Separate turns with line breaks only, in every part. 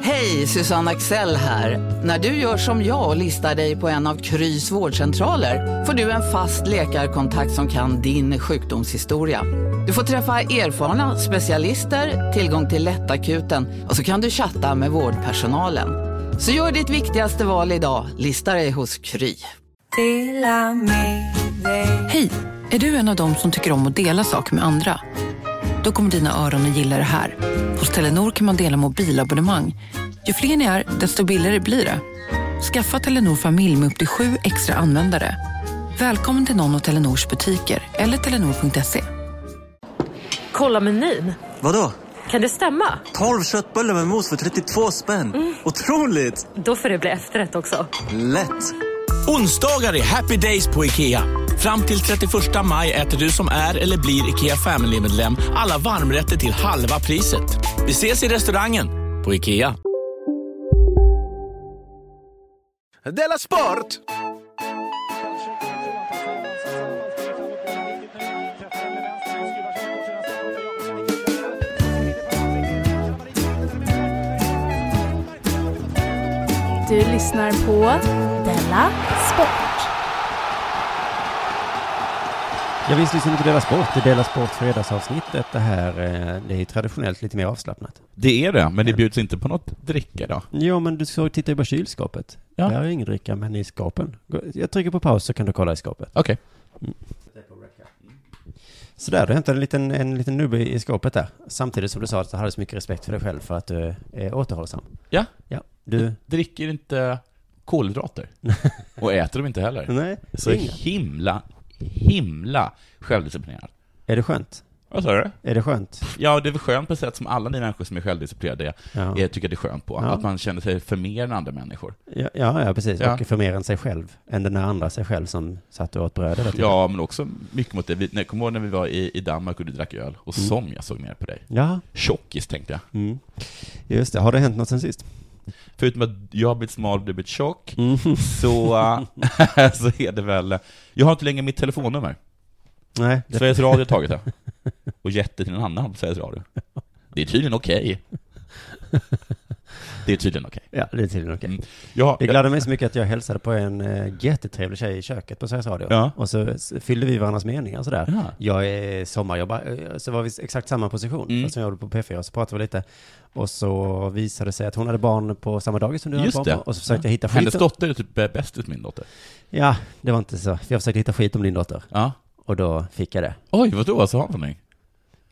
Hej, Susanne Axel här. När du gör som jag och listar dig på en av Krys vårdcentraler får du en fast läkarkontakt som kan din sjukdomshistoria. Du får träffa erfarna specialister, tillgång till lättakuten och så kan du chatta med vårdpersonalen. Så gör ditt viktigaste val idag, listar dig hos Kry.
Hej! Är du en av dem som tycker om att dela saker med andra? Då kommer dina öron att gilla det här. Hos Telenor kan man dela mobilabonnemang. Ju fler ni är, desto billigare blir det. Skaffa Telenor familj med upp till sju extra användare. Välkommen till någon av Telenors butiker eller telenor.se.
Kolla menyn.
Vadå?
Kan det stämma?
12 köttbullar med mos för 32 spänn. Otroligt!
Då får det bli efterrätt också.
Lätt!
Onsdagar är happy days på IKEA. Fram till 31 maj äter du som är eller blir IKEA Family-medlem alla varmrätter till halva priset. Vi ses i restaurangen på IKEA.
Della Sport!
Du lyssnar på Della Sport.
Ja, visst lyssnar ni på Dela Sport. Det är Dela Sport fredagsavsnittet det här. eh, Det är ju traditionellt lite mer avslappnat.
Det är det, men det bjuds inte på något dricka då.
Jo, men du såg, titta ju bara kylskåpet.
Ja.
Där är ju ingen dricka, men i skåpen. Gå- Jag trycker på paus så kan du kolla i skåpet.
Okej.
Så där, du hämtade en liten, en liten nubbe i skåpet där. Samtidigt som du sa att du hade så mycket respekt för dig själv för att du eh, är återhållsam.
Ja.
Ja, du...
Dricker inte kolhydrater. Och äter dem inte heller.
Nej,
Så
inga.
himla, himla självdisciplinerad.
Är det skönt?
Vad sa du?
Är det skönt?
Ja, det är väl skönt på ett sätt som alla ni människor som är självdisciplinerade
Ja.
jag tycker det är skönt på.
Ja.
Att man känner sig för mer än andra människor.
Ja, ja, ja precis.
Ja.
Och för mer än sig själv. Än den där andra sig själv som satt och åt bröd hela tiden.
Ja, men också mycket mot det. Vi, när, kommer du ihåg när vi var i, i Danmark och du drack öl? Och som jag såg ner på dig.
Ja.
Tjockis, tänkte jag.
Mm. Just det. Har det hänt något sen sist?
Förutom att jag har blivit smal och du har blivit tjock,
Mm.
så, eh, så är det väl... Jag har inte längre mitt telefonnummer.
Nej. Det...
Sveriges Radio har tagit det. Och gett det till en annan på Sveriges Radio. Det är tydligen okej. Det är tydligen okej.
Ja, det är tydligen okej.
Mm. Jag,
Det gladde mig så mycket att jag hälsade på en eh, jättetrevlig tjej i köket på Sveriges Radio.
Ja.
Och så s- fyllde vi varandras meningar sådär.
Ja.
Jag är sommarjobbare, eh, så var vi s- exakt samma position.
Mm.
Fast som jag gjorde på P4, så pratade vi lite. Och så visade det sig att hon hade barn på samma dagis som du hade
Just
barn
det.
på. Och så försökte jag hitta skit.
Hennes
om-
dotter är typ bäst ut min dotter.
Ja, det var inte så. För Jag försökte hitta skit om din dotter.
Ja.
Och då fick jag det.
Oj, vadå? Så har hon någonting?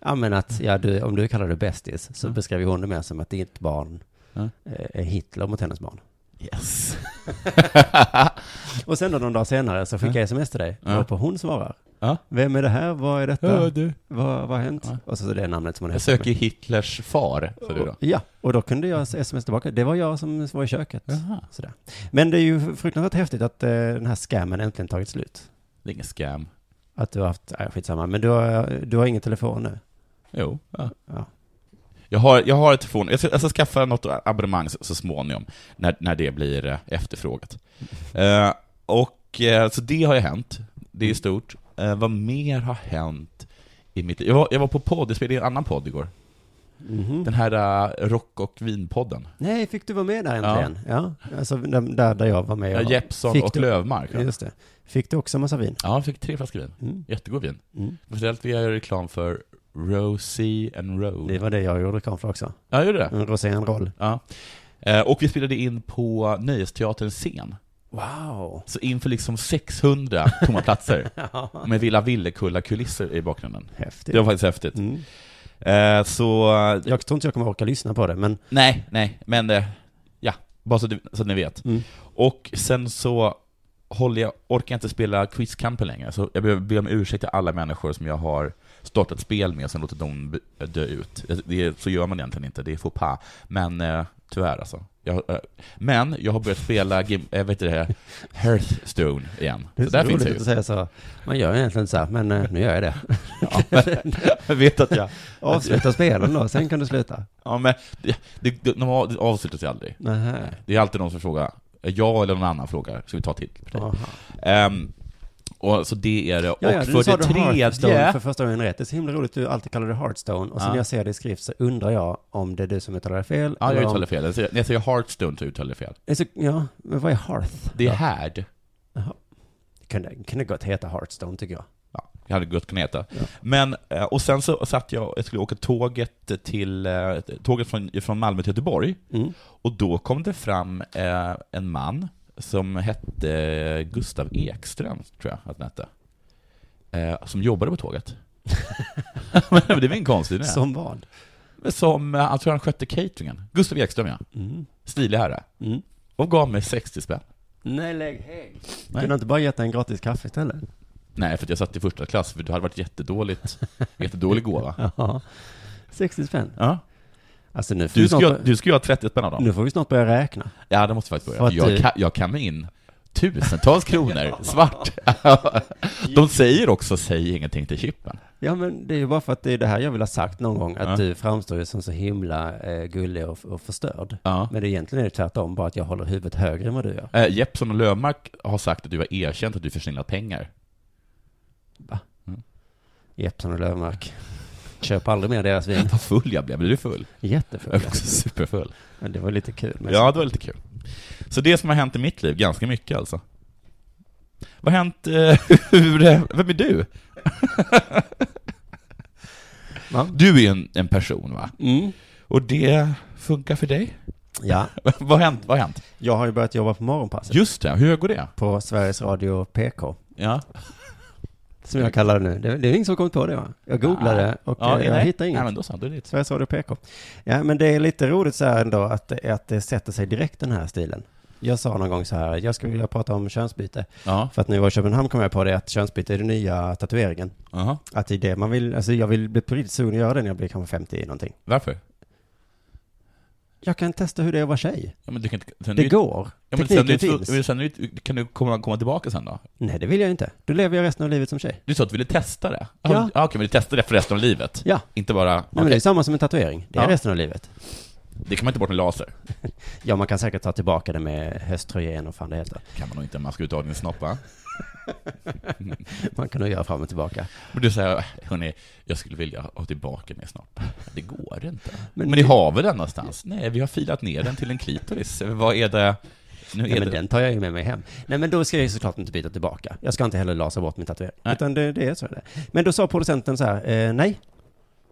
Ja men att, ja, du, om du kallar det bästis, så beskrev ju hon det mer som att ditt barn
Ja.
eh, är Hitler mot hennes barn.
Yes.
Och sen då någon dag senare så skickade jag sms till dig,
Ja.
ja. på hon svarar.
Ja.
Vem är det här? Vad är detta?
Ja, du.
Vad, vad har hänt?
Ja.
Och så det namnet som hon
Jag
heter.
söker Hitlers far, sa du då.
Ja, och då kunde jag sms tillbaka. Det var jag som var i köket.
Jaha.
Sådär. Men det är ju fruktansvärt häftigt att eh, den här scammen äntligen tagit slut.
Det är ingen scam.
Att du har haft, nej skitsamma, men du har, du har ingen telefon nu.
Jo. Ja.
Ja.
Jag har, jag har ett telefon, jag ska, jag ska skaffa något abonnemang så, så småningom, när, när det blir eh, efterfrågat. Eh, och, eh, så det har ju hänt, det är stort. Eh, vad mer har hänt i mitt liv? Jag var, jag var på podd, jag spelade i en annan podd igår.
Mhm.
Den här eh, rock och vinpodden.
Nej, fick du vara med där äntligen? Ja. Alltså där, där jag var med.
Ja,
och-
Jeppson
Fick
Eh, och
du-
Lövmark. Ja.
Just det. Fick du också massa vin?
ja, jag fick tre flaskor vin.
Mm.
Jättegod vin.
Mm.
Speciellt vill jag göra reklam för Rosie and Road.
Det var det jag gjorde reklam för också.
Ja, gjorde det?
En rosénroll.
Ja. Eh, och vi spelade in på Nöjesteaterns scen.
Wow!
Så inför liksom 600 tomma platser med Villa Villekulla-kulisser i bakgrunden.
Häftigt.
Det var faktiskt häftigt.
Mm.
Eh, så...
Jag tror inte jag kommer orka lyssna på det, men
Nej, nej, men eh, ja, bara så, du, så att ni vet.
Mm.
Och sen så håller jag, orkar jag inte spela Quizkampen längre, så jag ber, ber om ursäkt till alla människor som jag har startat spel med och sen låtit dem b- dö ut. Det, så gör man egentligen inte, det är faux pas. Men eh, tyvärr alltså. Jag, eh, men jag har börjat spela, game, jag vet inte det, Hearthstone igen.
det är
så
så
där
roligt
finns jag ju.
att säga så. Man gör egentligen inte så här, men eh, nu gör jag det.
Ja, men, jag vet att jag...
Avsluta spelen då, sen kan du sluta.
Ja, men det, det, de har- det avslutas ju aldrig.
Nähä.
Det är alltid någon som frågar, jag eller någon annan frågar, ska vi ta till?
Jaha.
Ehm, Och, så det är det. Och
Ja, ja, du
för
sa
det
du Hearthstone
tredje...
för första gången rätt. Det är så himla roligt, du alltid kallar det Hearthstone. Och sen
Ja.
när jag ser det i skrift så undrar jag om det är du som uttalar fel.
Ja, jag
eller om-
uttalar fel. Jag säger- när Jag säger Hearthstone så uttalar jag fel.
Det är så, ja, men vad är Hearth?
Det är härd.
Det kunde, kunde gott heta Hearthstone tycker jag.
Ja, jag hade gott kunnat heta. Men, eh, och sen så satt jag, jag skulle åka tåget till, eh, tåget från, från Malmö till Göteborg.
Mm.
Och då kom det fram eh, en man som hette Gustav Ekström, tror jag att han hette. Eh, som jobbade på tåget. Men det är väl konstigt det som,
Som vad?
som, eh, jag tror han skötte cateringen. Gustav Ekström ja.
Mm.
Stilig herre.
Mm.
Och gav mig 60 spänn.
Nej, lägg häng.
Nej.
Kunde du inte bara gett en gratis kaffe istället?
Nej, för att jag satt i första klass, för det hade varit jättedåligt, jättedålig gåva.
Ja. 60 spänn.
Ja.
Alltså nu får,
Du ska,
vi snart,
ju-
börja-
du ska ju ha 30 spänn av dem.
nu får vi snart börja räkna.
Ja, det måste jag faktiskt börja.
För att eh,
Jag
du-
kan, jag kan in tusentals kronor svart. De säger också säg ingenting till Chippen.
Ja, men det är ju bara för att det är det här jag vill ha sagt någon gång. Att
Ja.
du framstår ju som så himla eh, gullig och, och förstörd.
Ja.
Men det egentligen är det tvärtom, bara att jag håller huvudet högre än vad du gör.
Eh, Jeppsson och Löfmark har sagt att du har erkänt att du försnillat pengar.
Jeppsson och Löfmark. Köp aldrig mer deras vin.
Vad full jag blev. Blev du full?
Jättefull.
Jag blev också superfull.
Men det var lite kul. Men
Ja, det var lite kul. Så det som har hänt i mitt liv, ganska mycket alltså. Vad har hänt? eh, Hur, eh, vem är du?
Va?
Du är ju en, en person va?
Mm.
Och det funkar för dig?
Ja,
vad har hänt? Vad har hänt?
jag har ju börjat jobba på Morgonpasset.
Just det, hur går det?
På Sveriges Radio PK.
Ja.
Som jag kallar det nu. Det, det är ingen som har kommit på det va? Jag googlade och
Ja,
eh, jag
nej.
hittade inget.
Nej, men då sa du det.
Sveriges Radio PK. Ja, men det är lite roligt så här ändå att, det- att det sätter sig direkt den här stilen. Jag sa någon gång så här, jag skulle vilja prata om könsbyte.
Ja.
För att när jag var i Köpenhamn kom jag på det att könsbyte är den nya tatueringen.
Aha.
Att det är det man vill, alltså jag vill bli på riktigt sugen att göra det när jag blir kanske 50 eller någonting.
Varför?
Jag kan testa hur det är att vara tjej.
Ja, men du kan inte, sen
Det
är ju-
går.
Ja, men sen,
Tekniken
du,
finns.
men sen är du, kan du komma, komma tillbaka sen då?
Nej, det vill jag inte. Då lever jag resten av livet som tjej.
Du sa att du ville testa det?
Ja.
Ah, Okej, men du testar det för resten av livet?
Ja.
Inte bara...
Nej, men det är
okej.
samma som en tatuering. Det är
Ja.
resten av livet.
det kan man inte bort med laser.
Ja, man kan säkert ta tillbaka det med hösttröja igen och fan det heter.
kan man nog inte om man ska ut av din snopp va?
Man kan nog göra fram och tillbaka.
Men du säger, hörni, jag skulle vilja ha tillbaka min snopp. Det går inte.
Men
Men, ni har väl den någonstans? Nej, vi har filat ner den till en klitoris. Vad är det? Nu är
Nej, men
det...
den tar jag ju med mig hem. Nej, men då ska jag ju såklart inte byta tillbaka. Jag ska inte heller lasa bort min tatuering.
Nej.
Utan det, det är så det är. Men då sa producenten så här, eh, nej,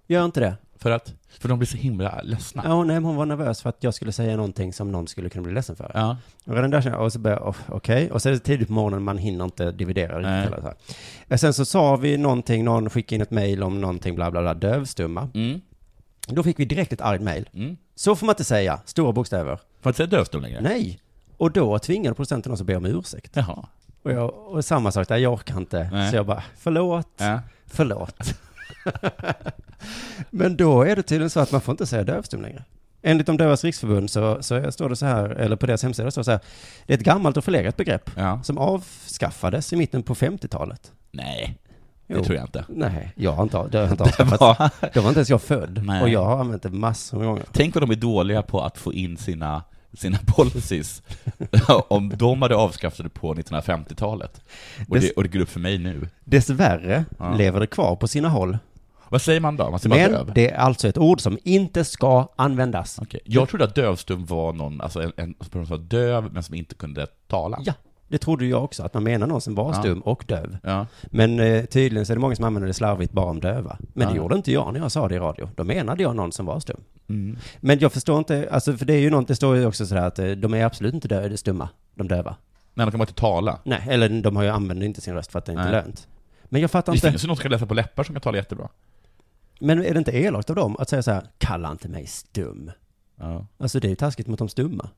gör inte det.
För att? För de blir så himla ledsna.
Ja, nej, men hon var nervös för att jag skulle säga någonting som någon skulle kunna bli ledsen för.
Ja.
Och redan där kände jag, och så började jag, oh, okej. Och så är det tidigt på morgonen, man hinner inte dividera riktigt
Nej.
heller. Så här. Eh, Sen så sa vi någonting, någon skickade in ett mejl om någonting, bla bla bla, dövstumma.
Mm.
Då fick vi direkt ett argt mejl.
Mm.
Så får man inte säga, stora bokstäver.
Får jag inte säga dövstum längre?
Nej. Och då tvingade producenten oss att be om ursäkt.
Jaha.
Och, jag, och samma sak där, jag orkar inte.
Nej.
Så jag bara, förlåt,
Ja.
förlåt. Men då är det tydligen så att man får inte säga dövstum längre. Enligt de dövas riksförbund så, så står det så här, eller på deras hemsida står det så här, det är ett gammalt och förlegat begrepp
ja.
som avskaffades i mitten på 50-talet.
Nej, det
Jo.
tror jag inte.
Nej, jag har inte, det har jag inte avskaffat. Då var inte ens jag född.
Nej.
Och jag har använt det massor med gånger.
Tänk vad de är dåliga på att få in sina, sina policies. Om de hade avskaffat det på 1950-talet. Och
Dess-
det, och det går upp för mig nu.
Dessvärre
Ja.
lever det kvar på sina håll.
Vad säger man då? Man säger bara
Men
döv?
det är alltså ett ord som inte ska användas.
Okej. Jag trodde att dövstum var någon, alltså en, en person som var döv men som inte kunde tala.
Ja, det trodde jag också, att man menar någon som var
Ja.
stum och döv.
Ja.
Men eh, tydligen så är det många som använder det slarvigt bara om döva. Men det
Ja.
gjorde inte jag när jag sa det i radio. Då menade jag någon som var stum.
Mm.
Men jag förstår inte, alltså för det är ju något, det står ju också sådär att eh, de är absolut inte dö- stumma, de döva.
Nej, de kan bara inte tala.
Nej, eller de har ju använder inte sin röst för att det inte är
Nej.
lönt. Men jag fattar
Det
inte,
finns ju någon som kan läsa på läppar som kan tala jättebra.
men är det inte elakt av dem att säga så här, kalla inte mig stum.
Ja.
Alltså det är ju taskigt mot de stumma.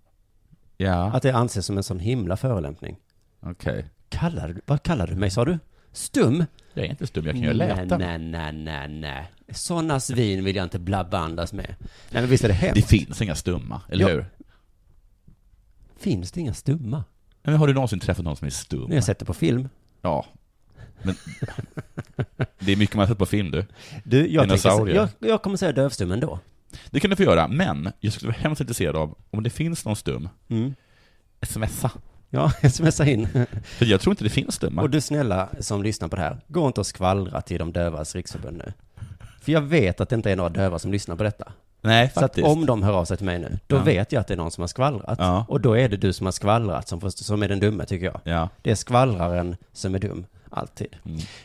Ja,
Att det anses som en sån himla förelämpning.
okej.
Kallar du, vad kallar du mig sa du? Stum?
Jag är inte stum, jag kan ju läta.
Nej, nej, nej, nej, nej. Sådana svin vill jag inte blabbandas med. Nej, men visst är det hemskt?
Det finns inga stumma, eller
Ja.
hur?
Finns det inga stumma?
Men har du någonsin träffat någon som är stum?
När jag sett det på film.
Ja. Men det är mycket man har sett på film du.
Du, jag, tänker,
Dinosaurier.
jag, jag kommer säga dövstum ändå.
Det kan du
Mm.
få göra, men jag skulle vara hemskt intresserad av om det finns någon stum, smsa.
Ja, smsa in.
För jag tror inte det finns det. Man,
Och du snälla som lyssnar på det här, gå inte och skvallra till de dövas riksförbund nu. För jag vet att det inte är några döva som lyssnar på detta.
nej,
Så att
faktiskt.
om de hör av sig till mig nu, då
Ja.
vet jag att det är någon som har skvallrat.
Ja.
Och då är det du som har skvallrat som, får- som är den dumme tycker jag.
Ja.
Det är skvallraren som är dum, alltid.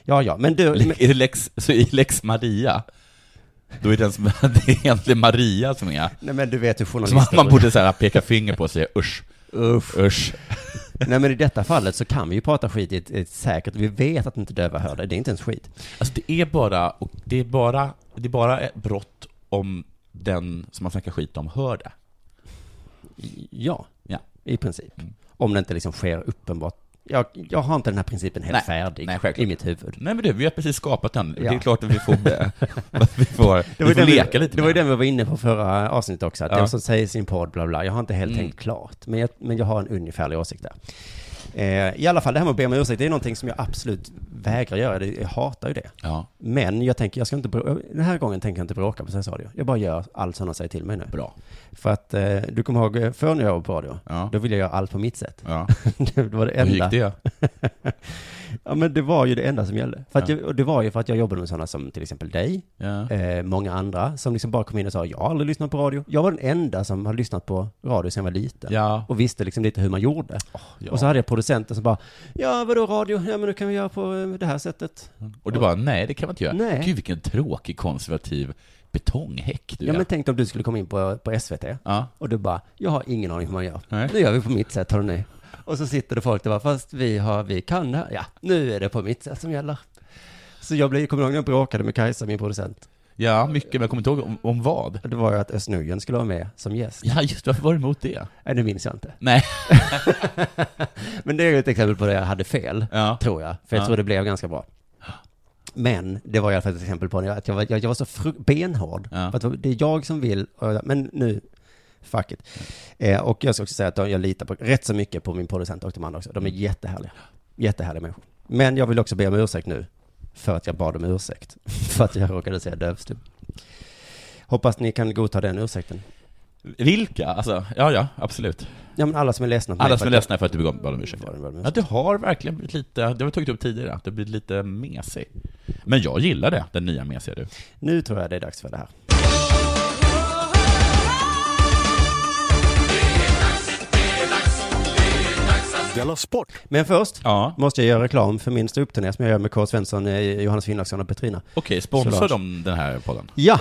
Ja, ja, men du... Men,
Le- Är det Lex, så i Lex Maria, då är den som, det är egentligen Maria som är...
nej, men du vet hur
Som
journalister...
att man borde så här peka finger på och säga usch,
Uff.
usch.
Nej, men i detta fallet så kan vi ju prata skit i ett, i ett säkert... Vi vet att inte döva hör det, det är inte ens skit.
Alltså det är bara, och det är bara, det är bara ett brott om den som man snackar skit om hör det.
Ja,
Ja.
i princip. Om det inte liksom sker uppenbart. Jag, jag har inte den här principen helt
Nej.
färdig
Nej, självklart.
i mitt huvud.
Nej men du, vi har precis skapat den. Det
Ja.
är klart att vi får, att vi får, vi får
den
leka
vi,
lite
det var ju
med
den vi var inne på förra avsnittet också, att
Ja.
den som säger sin podd bla bla, jag har inte helt tänkt klart, men jag, men jag har en ungefärlig åsikt där. Eh, I alla fall, det här med att be om ursäkt, det är någonting som jag absolut vägrar göra, Det- jag hatar ju det.
Ja,
Men jag tänker, jag ska inte, brå- den här gången tänker jag inte bråka på Sveriges Radio. Jag bara gör allt som de säger till mig nu.
bra.
För att, eh, du kommer ihåg, förr när jag var på radio,
Ja.
då ville jag göra allt på mitt sätt.
Ja.
det var det
Hur gick
enda.
det?
Ja men det var ju det enda som gällde. För att
Ja.
jag, och det var ju för att jag jobbade med sådana som till exempel dig,
Ja.
eh, många andra, som liksom bara kom in och sa jag har aldrig lyssnat på radio. Jag var den enda som hade lyssnat på radio sedan jag var liten.
Ja.
Och visste liksom lite hur man gjorde.
ja.
Och så hade jag producenter som bara, ja vadå radio, ja men nu kan vi göra på eh, det här sättet.
Och du bara, nej det kan man inte göra.
Nej.
Gud vilken tråkig konservativ betonghäck du
Ja
är.
men tänk dig om du skulle komma in på, på SVT.
Ja.
Och du bara, jag har ingen aning hur man gör.
Nej.
Nu gör vi på mitt sätt, hör ni. Och så sitter det folk där bara, fast vi, har, vi kan det här. Ja, nu är det på mitt sätt som gäller. Så jag blev, kommer du ihåg när jag bråkade med Kajsa, min producent?
ja, mycket, men jag kommer inte ihåg om, om vad.
Det var ju att Özz Nujen skulle vara med som gäst.
Ja, just varför var du emot det?
Nej, det minns jag inte.
Nej.
Men det är ju ett exempel på där jag hade fel,
Ja.
tror jag. För jag
Ja.
tror det blev ganska bra. Men det var i alla fall ett exempel på när jag- att jag var, jag, jag var så fru- benhård.
Ja.
För att det är jag som vill, och jag- men nu, fuck it. Eh, och jag ska också säga att jag litar på, rätt så mycket på min producent och de andra också. De är jättehärliga. Jättehärliga människor. Men jag vill också be om ursäkt nu, för att jag bad om ursäkt. för att jag råkade säga dövstum. Hoppas ni kan godta den ursäkten.
Vilka? Alltså, ja, ja, absolut.
Ja men alla som är ledsna på mig
Alla
för
som är
att jag-
ledsna för att du begav bad om ursäkt.
Bad om ursäkt.
Ja, det har verkligen blivit lite, det har vi tagit upp tidigare, att det blir lite mesig. Men jag gillar det, den nya mesiga du.
Nu tror jag det är dags för det här.
Della Sport!
Men först
Ja,
måste jag göra reklam för min ståuppturné som jag gör med K. Svensson, eh, Johannes Finnlagsson och Petrina.
okej, sponsrar
Solange.
de den här podden?
Ja!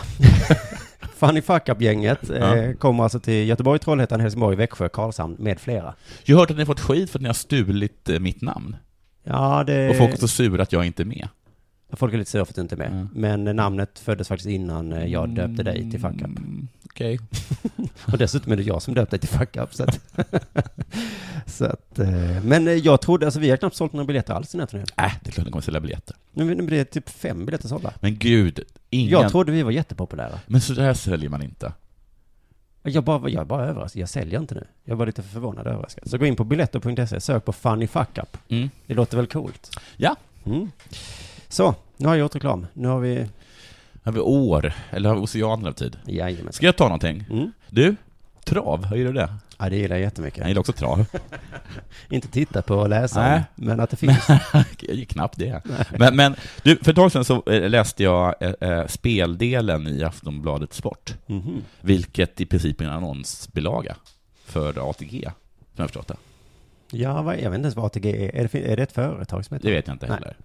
Funny Fuck Up-gänget eh, kommer alltså till Göteborg, Trollhättan, Helsingborg, Växjö, Karlshamn med flera.
Jag har hört att ni har fått skit för att ni har stulit eh, mitt namn.
Ja, det...
Och folk är så sura att jag inte är med.
folk är lite sura för att du inte är med.
Mm.
Men eh, namnet föddes faktiskt innan eh, jag döpte dig till Fuck Up.
Mm, Okej.
Och dessutom är det jag som döpte dig till Fuck Up. Så att... så att eh, men eh, jag trodde, alltså vi har knappt sålt några biljetter alls i den här turnén.
Äh, det är klart ni kommer sälja biljetter.
Nu, nu blir det typ fem biljetter sålda.
Men gud, ingen...
Jag trodde vi var jättepopulära.
Men så där säljer man inte.
Jag bara, jag är bara överraskad. Jag säljer inte nu. Jag var lite förvånad och överraskad. Så gå in på biletto.se, sök på Funny Fuck Up.
Mm.
Det låter väl coolt?
Ja.
Mm. Så, nu har jag gjort reklam. Nu har vi...
Har vi år? Eller har vi oceaner av tid?
Jajamän.
Ska jag ta någonting?
Mm.
Du, trav, hur gillar du det?
Ja, det gillar jag
Jag
jättemycket.
gillar också trav.
Inte titta på och läsa,
Nej.
men att det finns.
Jag gick knappt det. Men, men du, för ett tag sedan så eh, läste jag eh, eh, speldelen i Aftonbladet Sport,
Mhm.
vilket i princip är en annonsbilaga för ATG, som jag har förstått det.
Ja, vad, jag vet inte ens vad ATG är. Är det, fin- är det ett företag som heter
Det vet jag inte
Nej,
heller.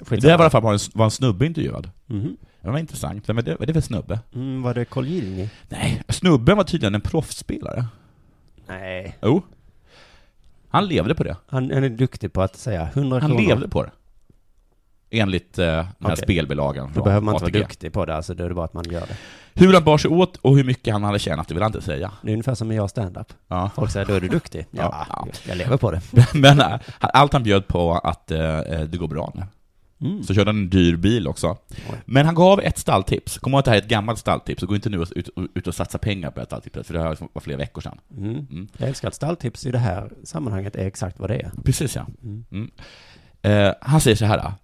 Skitsamma.
Det här var i alla fall var en, var en snubbe intervjuad.
Mhm.
Det var intressant. Vem är det, vad är det för snubbe?
Mm, var det Colgjini?
Nej, snubben var tydligen en proffsspelare.
Nej.
Jo. han levde på det.
Han, han är duktig på att säga 100
Han
kronor.
levde på det. Enligt eh, den här
Okej.
spelbilagan
Då
från
behöver man inte
ATG.
vara duktig på det, alltså då är det bara att man gör det.
Hur han bar sig åt och hur mycket han hade tjänat, det vill jag inte säga.
Det är ungefär som när jag stand-up.
Ja.
Folk säger, då är du duktig. Ja,
Ja.
jag lever på det.
Men eh, allt han bjöd på att eh, eh, det går bra nu.
Mm.
Så körde han en dyr bil också. Men han gav ett stalltips. Kom ihåg att det här är ett gammalt stalltips, så gå inte nu och- ut, ut och satsa pengar på det här stalltipset, för det här var flera veckor sedan.
Mm. Jag älskar att stalltips i det här sammanhanget är exakt vad det är.
Precis ja. Mm. Eh, han säger så här. ah.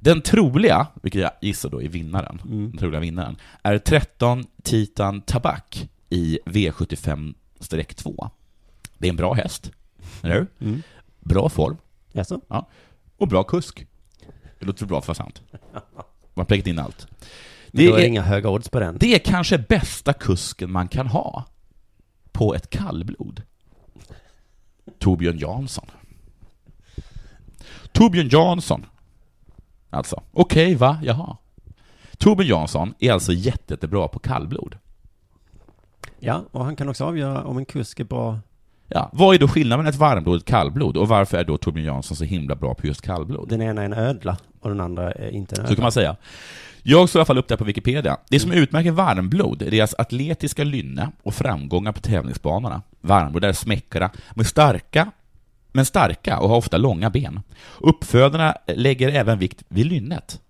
Den troliga, vilket jag gissar då är vinnaren, den troliga vinnaren, är 13 Titan Tabak i V75-2. Det är en bra häst. Eller hur?
Mm.
Bra form
Jaså?
och bra kusk. Det låter bra för att vara sant. Man har plockat in allt. Det
Det är
är-
inga höga odds på den.
Det är kanske bästa kusken man kan ha på ett kallblod. Torbjörn Jansson. Torbjörn Jansson. Alltså, okej va, jaha. Torbjörn Jansson är alltså jätte, jättebra på kallblod.
Ja, och han kan också avgöra om en kusk är bra.
Ja, vad är då skillnaden mellan ett varmblod och ett kallblod? Och varför är då Torbjörn Jansson så himla bra på just kallblod?
Den ena är en ödla och den andra är inte en
Så
ödla.
kan man säga. Jag slår i alla fall upp det här på Wikipedia. Det som utmärker varmblod är deras atletiska lynne och framgångar på tävlingsbanorna. Varmblod är smäckra, men starka, men starka och har ofta långa ben. Uppfödarna lägger även vikt vid lynnet.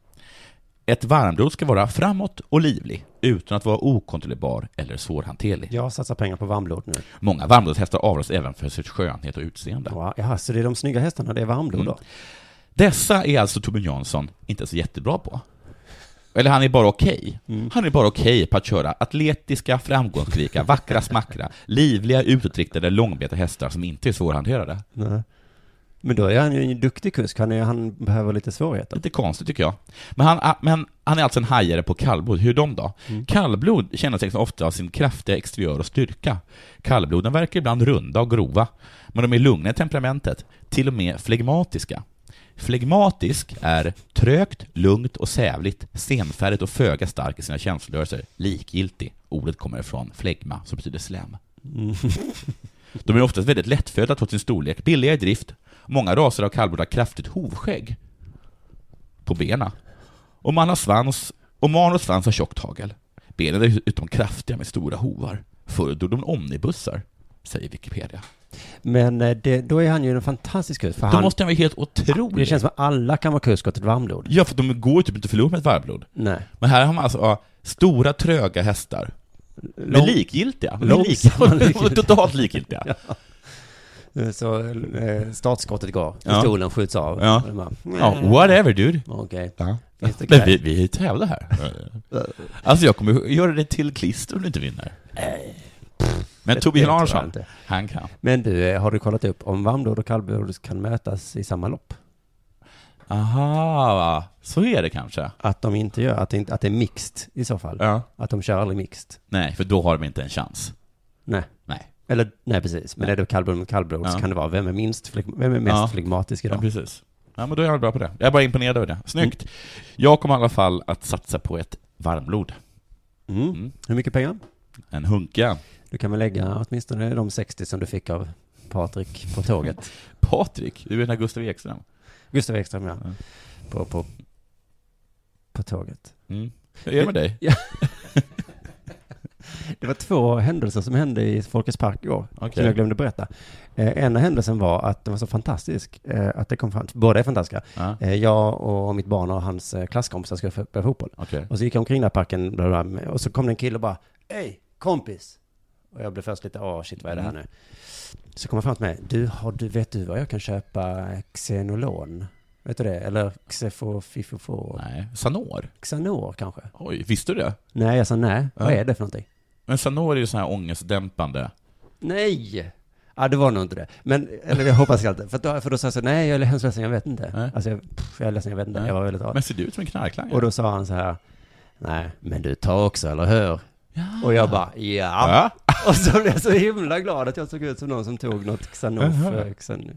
Ett varmblod ska vara framåt och livlig, utan att vara okontrollerbar eller svårhanterlig.
Jag satsar pengar på varmblod nu.
Många varmblodshästar avråds även för sitt skönhet och utseende.
Ja, jaha, så det är de snygga hästarna, det är varmblod
Mm.
då?
Dessa är alltså Torbjörn Jansson inte så jättebra på. Eller han är bara okej. Han är bara okej på att köra atletiska, framgångsrika, vackra, smackra, livliga, utåtriktade, långbenta hästar som inte är svårhanterade.
Nej. Men då är han ju en duktig kusk, han, är, han behöver lite svårigheter.
Lite konstigt tycker jag. Men han, men han är alltså en hajare på kallblod. Hur är de då? Kallblod kännetecknas ofta av sin kraftiga exteriör och styrka. Kallbloden verkar ibland runda och grova, men de är lugna i temperamentet, till och med flegmatiska. Flegmatisk är trögt, lugnt och sävligt, senfärdigt och föga stark i sina känslorörelser, likgiltig. Ordet kommer från flegma, som betyder slem. De är oftast väldigt lättfödda trots sin storlek, billiga i drift. Många raser av kallblod har kraftigt hovskägg på benen. Och man har svans, och man och svans har tjockt hagel. Benen är utom kraftiga med stora hovar. Förr drog de omnibussar, säger Wikipedia.
Men eh, det, då är han ju en fantastisk kusk, för
Då
han...
måste han vara helt otrolig.
Det känns som att alla kan vara kusk åt ett varmblod.
Ja, för de går ju typ inte att förlora med ett varmblod.
Nej.
Men här har man alltså ja, stora, tröga hästar. De
Lång-
är likgiltiga. De är
långsamma
likgiltiga.
likgiltiga.
Totalt likgiltiga.
Eh, Så eh, startskottet går,
Ja.
pistolen skjuts av.
Ja.
Och de bara, "Mm."
Ja, whatever dude.
Okej.
Ja.
Finns det
Men
kräk?
vi, vi tävlar här. Alltså jag kommer göra det till klister om du inte vinner. Men
det
Torbjörn
tror jag
Larsson,
inte.
han kan.
Men du, eh, har du kollat upp om varmblod och kallblod kan mötas i samma lopp?
Aha, så är det kanske.
Att de inte gör, att det, inte, att det är mixed i så fall.
Ja.
Att de kör aldrig mixed.
Nej, för då har de inte en chans.
Nej.
Nej.
Eller, nej precis. Men
Nej.
är det kallblod mot kallblod så
Ja.
kan det vara, vem är minst, fleg- vem är mest
Ja.
flegmatisk
Ja,
idag?
precis. Ja, men då är jag bra på det. Jag är bara imponerad över det. Snyggt.
Mm.
Jag kommer i alla fall att satsa på ett varmblod.
Mm.
Mm.
Hur mycket pengar?
En hunka.
Du kan väl lägga åtminstone de 60 som du fick av Patrik på tåget.
Patrik, du är den här Gustav Ekström.
Gustav Ekström, ja.
Ja.
På, på, på tåget.
Mm. Hur är det med dig?
Det var två händelser som hände i Folkets Park i år, som
Okej.
jag glömde berätta. Eh, ena händelsen var att den var så fantastisk, eh, att det kom fram, båda är fantastiska.
Ja.
Eh, jag och mitt barn och hans eh, klasskompisar skulle få- spela fotboll.
Okej.
Och så gick jag omkring där i parken, bla bla, bla, och så kom det en kille och bara, hej, kompis! Och jag blev först lite, åh shit vad är det
Mm.
här nu? Så kom han fram till mig, du, har, du vet du vad jag kan köpa Xenolon? Vet du det? Eller Xefofifofo?
Nej, Sanor.
Xanor kanske?
Oj, visste du det?
Nej, jag sa nej. Vad
Ja.
är det för någonting?
Men Sanor är ju sån här ångestdämpande.
Nej! Ja, det var nog inte det. Men, eller jag hoppas inte. För då, för då sa jag så, nej, jag är hemskt ledsen, jag vet inte.
Nej.
Alltså, jag, pff, jag är ledsen, jag vet inte.
Nej.
Jag var väldigt arg.
Men ser du ut som en knarklangare?
Och då sa han så här, nej, men du tar också, eller hur? Och jag bara, ja.
Ja.
Och så blev jag så himla glad att jag såg ut som någon som tog något Xanof, eh, Xan...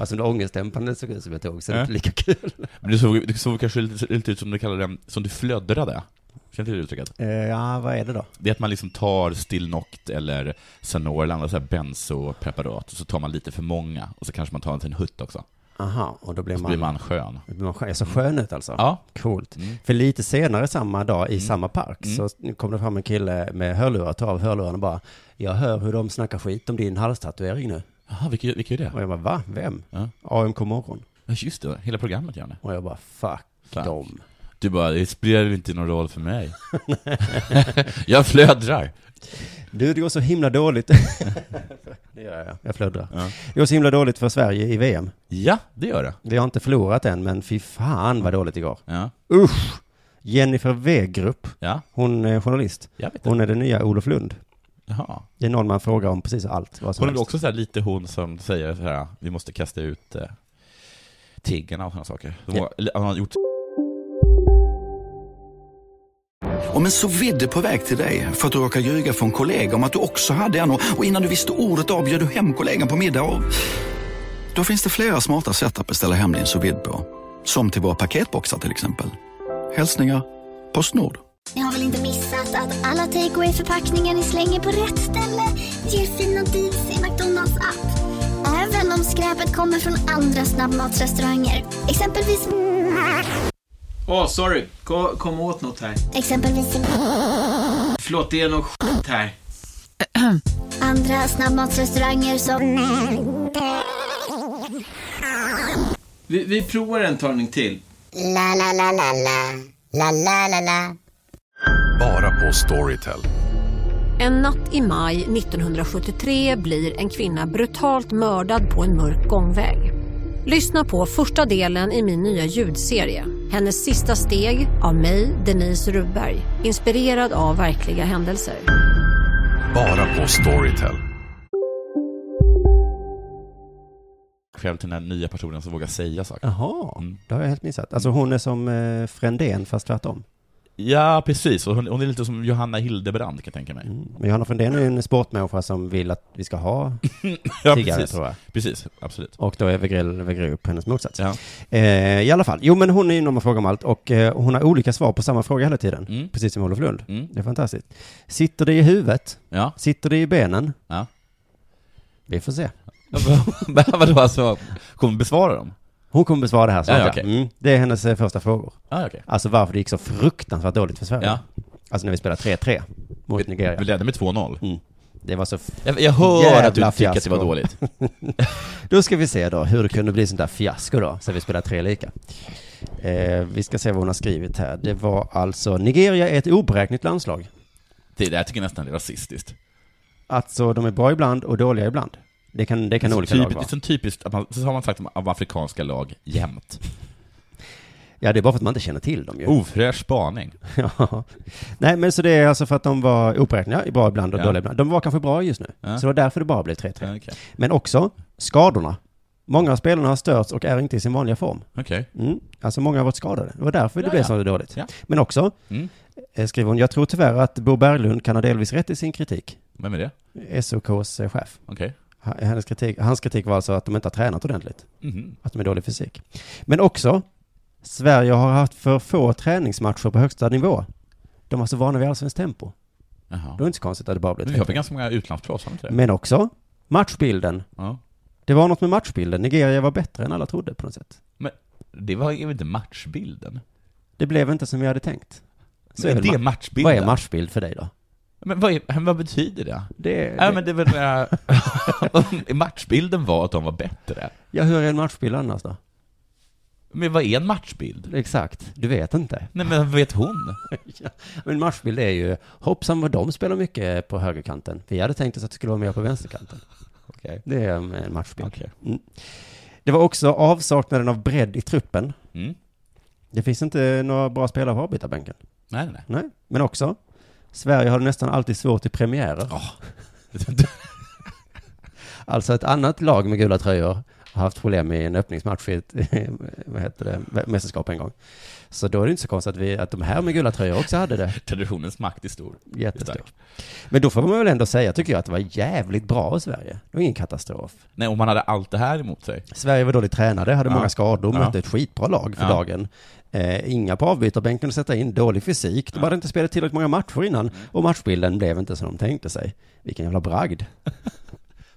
Alltså det ångestdämpande såg ut som jag tog, så det är inte lika kul.
Men du såg, du såg kanske lite, lite ut som du kallar det, som du flödrade. Känner du till det uttrycket?
Eh, ja, vad är det då?
Det är att man liksom tar Stilnoct eller Sanor eller andra så här benzopreparat, och så tar man lite för många, och så kanske man tar en liten hutt också.
Aha, och då blev
Så
man...
blir man skön.
då blir man skön. Jag såg skön ut alltså.
Ja.
Coolt.
Mm.
För lite senare samma dag i samma park så kom det fram en kille med hörlurar, tog av hörlurarna och bara Jag hör hur de snackar skit om din halstatuering nu.
Jaha, vilka, vilka är det?
Och jag bara va? Vem?
Ja.
AMK morgon.
Ja, just det. Hela programmet gör ni.
Och jag bara fuck,
Fuck.
dem.
Du bara, det spelar inte någon roll för mig. jag flödrar.
Du, det går så himla dåligt. det gör jag. Jag flödrar. Det går så himla dåligt för Sverige i VM.
Ja, det gör det.
Vi har inte förlorat än, men fy fan vad dåligt igår.
Ja,
Usch! Jennifer Wegerup,
ja
hon är journalist.
jag vet det.
Hon är den nya Olof Lund.
Jaha.
Det är någon man frågar om precis allt. Vad som
Hon är väl
helst.
också så här, lite hon som säger så här, vi måste kasta ut eh, tiggarna och sådana saker. Hon,
Ja.
eller, hon har gjort
Om en så vidde på väg till dig för att du råkar ljuga från kollega om att du också hade en och och innan du visste ordet av bjöd du hem kollegan på middag och... Då finns det flera smarta sätt att beställa hem din sous vide på. Som till våra paketboxar till exempel. Hälsningar Postnord.
Ni har väl inte missat att alla takeaway förpackningar ni slänger på rätt ställe ger fina deals i McDonalds app. Även om skräpet kommer från andra snabbmatsrestauranger. Exempelvis...
Åh, sorry. Kom, kom åt något här.
Exempelvis...
Förlåt, det är något skit här.
Andra snabbmatsrestauranger som...
Vi, vi provar en talning till.
La, la, la, la, la. La, la, la, la.
Bara på Storytel.
En natt i maj 1973 blir en kvinna brutalt mördad på en mörk gångväg. Lyssna på första delen i min nya ljudserie. Hennes sista steg av mig, Denise Rubberg. Inspirerad av verkliga händelser.
Bara på Storytel.
själv till den här nya personen som vågar säga saker.
Jaha,
Mm.
det har jag helt missat. Alltså hon är som eh, Frändén fast tvärtom.
Ja, precis. Och hon, hon är lite som Johanna Hildebrand kan jag tänka mig.
Men Johanna Frändén är ju en sportmänniska som vill att vi ska ha
Ja,
tiggare
precis.
tror jag.
Precis, absolut.
Och då är Wegrell Wegrell upp hennes motsats. Eh, I alla fall, jo men hon är ju någon man frågar om allt och eh, hon har olika svar på samma fråga hela tiden.
Mm.
Precis som Olof Lund. Det är fantastiskt. Sitter det i huvudet? Sitter det i benen?
Ja.
Vi får se.
Vadå alltså, kommer hon besvara dem?
Hon kommer besvara det här snart,
Ja, ja,
ja.
okej.
mm, Det är hennes eh, första frågor.
Ja, okej.
Alltså varför det gick så fruktansvärt dåligt för Sverige.
Ja.
Alltså när vi spelade 3-3 mot Nigeria.
Vi ledde med 2-0.
Mm. Det var så f-
Jag- jag hör
jävla
att du tycker att det var
fiasko.
dåligt.
då ska vi se då hur det kunde bli sånt där fiasko då, så vi spelar tre lika. Eh, vi ska se vad hon har skrivit här. Det var alltså, Nigeria är ett oberäkneligt landslag.
Det där tycker jag nästan är rasistiskt.
Alltså de är bra ibland och dåliga ibland. Det kan, det kan
är så
olika lag
typiskt,
vara.
Det är så typiskt, att man, så har man sagt om om afrikanska lag jämt.
Ja, det är bara för att man inte känner till dem ju.
Ofräsch spaning.
Ja. Nej, men så det är alltså för att de var oberäkneliga, bra ibland och
Ja.
dåliga ibland. De var kanske bra just nu.
Ja.
Så det var därför det bara blev 3-3.
Ja, okej.
Men också skadorna. Många av spelarna har störts och är inte i sin vanliga form.
Okej.
Mm. Alltså många har varit skadade. Det var därför det
Ja,
blev
ja.
så dåligt.
Ja.
Men också,
Mm.
eh, skriver hon, jag tror tyvärr att Bo Berglund kan ha delvis rätt i sin kritik.
Vem är det?
SOKs eh, chef.
Okej.
Ha- Hennes kritik, hans kritik var alltså att de inte har tränat ordentligt.
Mhm.
Att de är dålig fysik. Men också, Sverige har haft för få träningsmatcher på högsta nivå. De var så vana vid allsvenskt tempo.
Jaha.
Då är det inte så konstigt att det bara blev
Men vi har väl
3-3.
ganska många utlandsproffs, har vi inte det?
Men också, matchbilden.
Ja.
Det var något med matchbilden. Nigeria var bättre än alla trodde på något sätt.
Men det var ju inte matchbilden.
Det blev inte som vi hade tänkt.
Men är
väl
det
ma-
matchbilden?
Vad är matchbild för dig då?
Men vad, är, men vad betyder det?
Det,
ja, men det är väl, eh, matchbilden var att de var bättre.
Ja, hur är en matchbild annars då?
Men vad är en matchbild?
Exakt, du vet inte.
Nej, men vad vet hon?
Ja, men matchbild är ju, hoppsan vad de spelar mycket på högerkanten. Vi hade tänkt oss att det skulle vara mer på vänsterkanten.
Okej.
Det är en en matchbild.
Okej.
Mm. Det var också avsaknaden av bredd i truppen.
Mm.
Det finns inte några bra spelare på avbytarbänken.
Nej, nej, nej.
Nej, men också, Sverige har det nästan alltid svårt i premiärer. Alltså ett annat lag med gula tröjor har haft problem i en öppningsmatch i ett vad heter det, mästerskap en gång. Så då är det inte så konstigt att, vi, att de här med gula tröjor också hade det.
Traditionens makt är stor.
Jättestor.
Stark.
Men då får man väl ändå säga, tycker jag, att det var jävligt bra av Sverige. Det var ingen katastrof.
Nej, om man hade allt det här emot sig.
Sverige var dåligt tränade, hade
Ja.
många skador,
Ja.
mötte ett skitbra lag för
Ja.
dagen. Eh, inga på avbytarbänken att sätta in, dålig fysik, de hade inte spelat tillräckligt många matcher innan och matchbilden blev inte som de tänkte sig. Vilken jävla bragd.